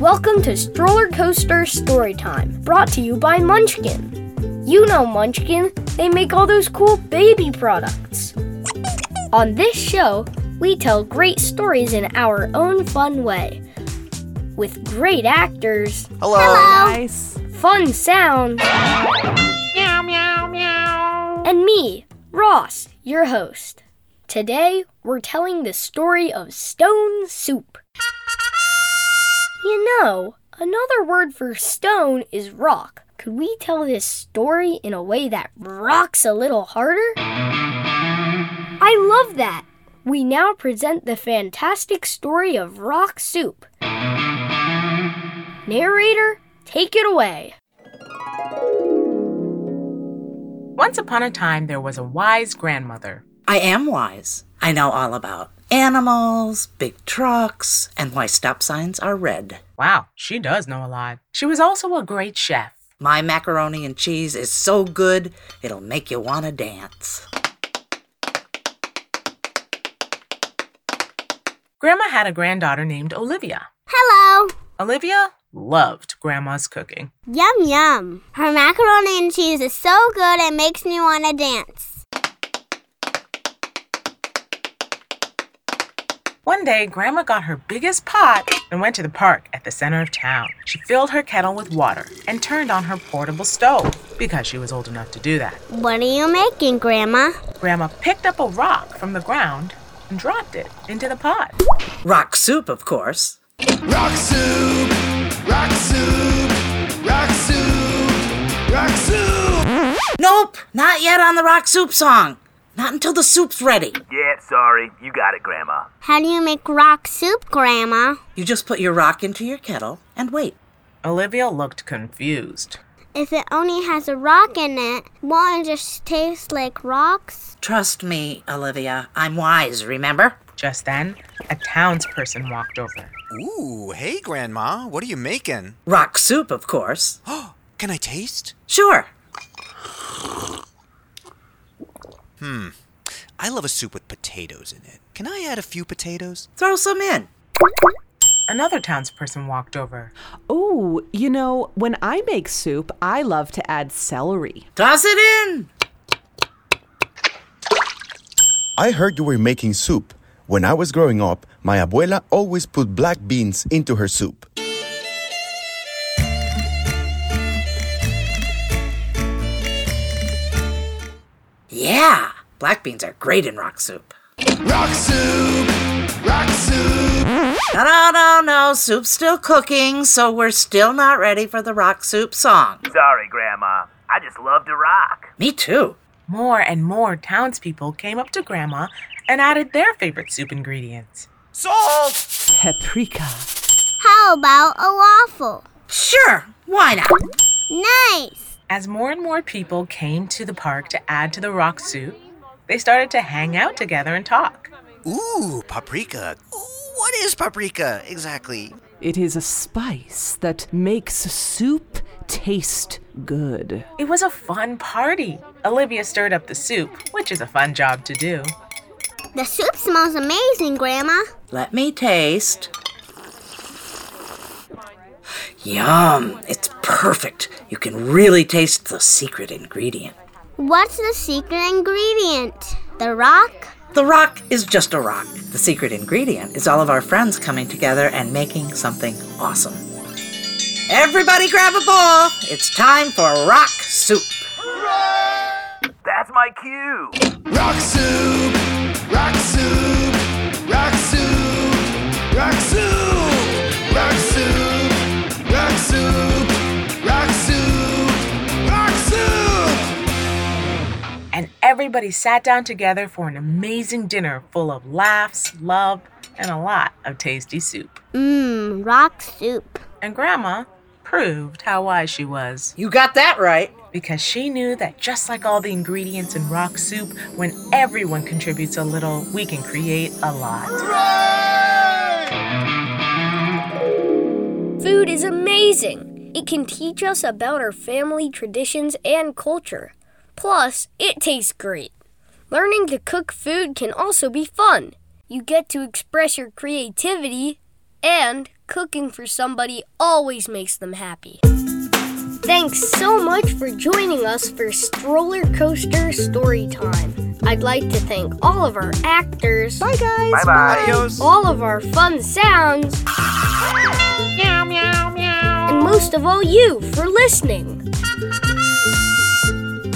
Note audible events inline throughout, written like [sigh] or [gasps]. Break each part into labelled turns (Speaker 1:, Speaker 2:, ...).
Speaker 1: Welcome to Stroller Coaster Storytime, brought to you by Munchkin. You know Munchkin, they make all those cool baby products. On this show, we tell great stories in our own fun way. With great actors,
Speaker 2: Hello.
Speaker 3: Nice.
Speaker 1: fun sound,
Speaker 4: Meow, meow, meow.
Speaker 1: and me, Ross, your host. Today, we're telling the story of stone soup. You know, another word for stone is rock. Could we tell this story in a way that rocks a little harder? I love that! We now present the fantastic story of rock soup. Narrator, take it away.
Speaker 5: Once upon a time, there was a wise grandmother.
Speaker 6: I am wise. I know all about animals, big trucks, and why stop signs are red.
Speaker 5: Wow, she does know a lot. She was also a great chef.
Speaker 6: My macaroni and cheese is so good, it'll make you want to dance.
Speaker 5: Grandma had a granddaughter named Olivia.
Speaker 4: Hello.
Speaker 5: Olivia loved Grandma's cooking.
Speaker 4: Yum, yum. Her macaroni and cheese is so good it makes me want to dance.
Speaker 5: One day, Grandma got her biggest pot and went to the park at the center of town. She filled her kettle with water and turned on her portable stove because she was old enough to do that.
Speaker 4: What are you making, Grandma?
Speaker 5: Grandma picked up a rock from the ground and dropped it into the pot.
Speaker 6: Rock soup, of course.
Speaker 2: Rock soup. Rock soup. Rock soup. Rock soup.
Speaker 6: Nope, not yet on the rock soup song. Not until the soup's ready.
Speaker 7: Yeah, sorry. You got it, Grandma.
Speaker 4: How do you make rock soup, Grandma?
Speaker 6: You just put your rock into your kettle and wait.
Speaker 5: Olivia looked confused.
Speaker 4: If it only has a rock in it, won't it just taste like rocks?
Speaker 6: Trust me, Olivia, I'm wise, remember?
Speaker 5: Just then, a townsperson walked over.
Speaker 2: Ooh, hey, Grandma. What are you making? [gasps]
Speaker 6: Rock soup, of course.
Speaker 2: Can I taste?
Speaker 6: Sure.
Speaker 2: I love a soup with potatoes in it. Can I add a few potatoes?
Speaker 6: Throw some in.
Speaker 5: Another townsperson walked over.
Speaker 3: Oh, you know, when I make soup, I love to add celery.
Speaker 6: Toss it in.
Speaker 8: I heard you were making soup. When I was growing up, my abuela always put black beans into her soup.
Speaker 6: Yeah, black beans are great in rock soup.
Speaker 2: Rock soup. Rock soup.
Speaker 6: No, no, no, no. Soup's still cooking, so we're still not ready for the rock soup song.
Speaker 7: Sorry, Grandma. I just love to rock.
Speaker 6: Me too.
Speaker 5: More and more townspeople came up to Grandma and added their favorite soup ingredients.
Speaker 2: Salt.
Speaker 3: Paprika.
Speaker 4: How about a waffle?
Speaker 6: Sure, why not?
Speaker 4: Nice!
Speaker 5: As more and more people came to the park to add to the rock soup, they started to hang out together and talk.
Speaker 2: Ooh, paprika. Ooh, what is paprika exactly?
Speaker 3: It is a spice that makes soup taste good.
Speaker 5: It was a fun party. Olivia stirred up the soup, which is a fun job to do.
Speaker 4: The soup smells amazing, Grandma.
Speaker 6: Let me taste. Yum, it's perfect. You can really taste the secret ingredient.
Speaker 4: What's the secret ingredient? The rock?
Speaker 6: The rock is just a rock. The secret ingredient is all of our friends coming together and making something awesome. Everybody grab a bowl. It's time for rock soup.
Speaker 7: That's my cue.
Speaker 2: Rock soup. Rock soup. Rock soup. Rock soup. Rock soup. Rock soup. Rock soup. Rock soup.
Speaker 5: And everybody sat down together for an amazing dinner full of laughs, love, and a lot of tasty soup.
Speaker 4: Mmm, rock soup.
Speaker 5: And Grandma proved how wise she was.
Speaker 6: You got that right.
Speaker 5: because she knew that just like all the ingredients in rock soup, when everyone contributes a little, we can create a lot.
Speaker 1: Food is amazing. It can teach us about our family traditions and culture. Plus, it tastes great. Learning to cook food can also be fun. You get to express your creativity and cooking for somebody always makes them happy. Thanks so much for joining us for Stroller Coaster Storytime. I'd like to thank all of our actors. Bye, guys.
Speaker 7: Bye bye.
Speaker 2: Adios.
Speaker 9: Oh.
Speaker 1: All of our fun sounds. meow, meow, meow. And most of all, you for listening.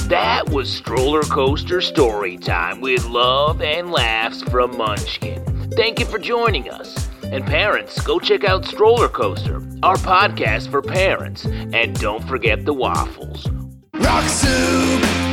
Speaker 9: That was Stroller Coaster Story Time with love and laughs from Munchkin. Thank you for joining us. And parents, go check out Stroller Coaster, our podcast for parents. And don't forget the waffles.
Speaker 10: Rock soup.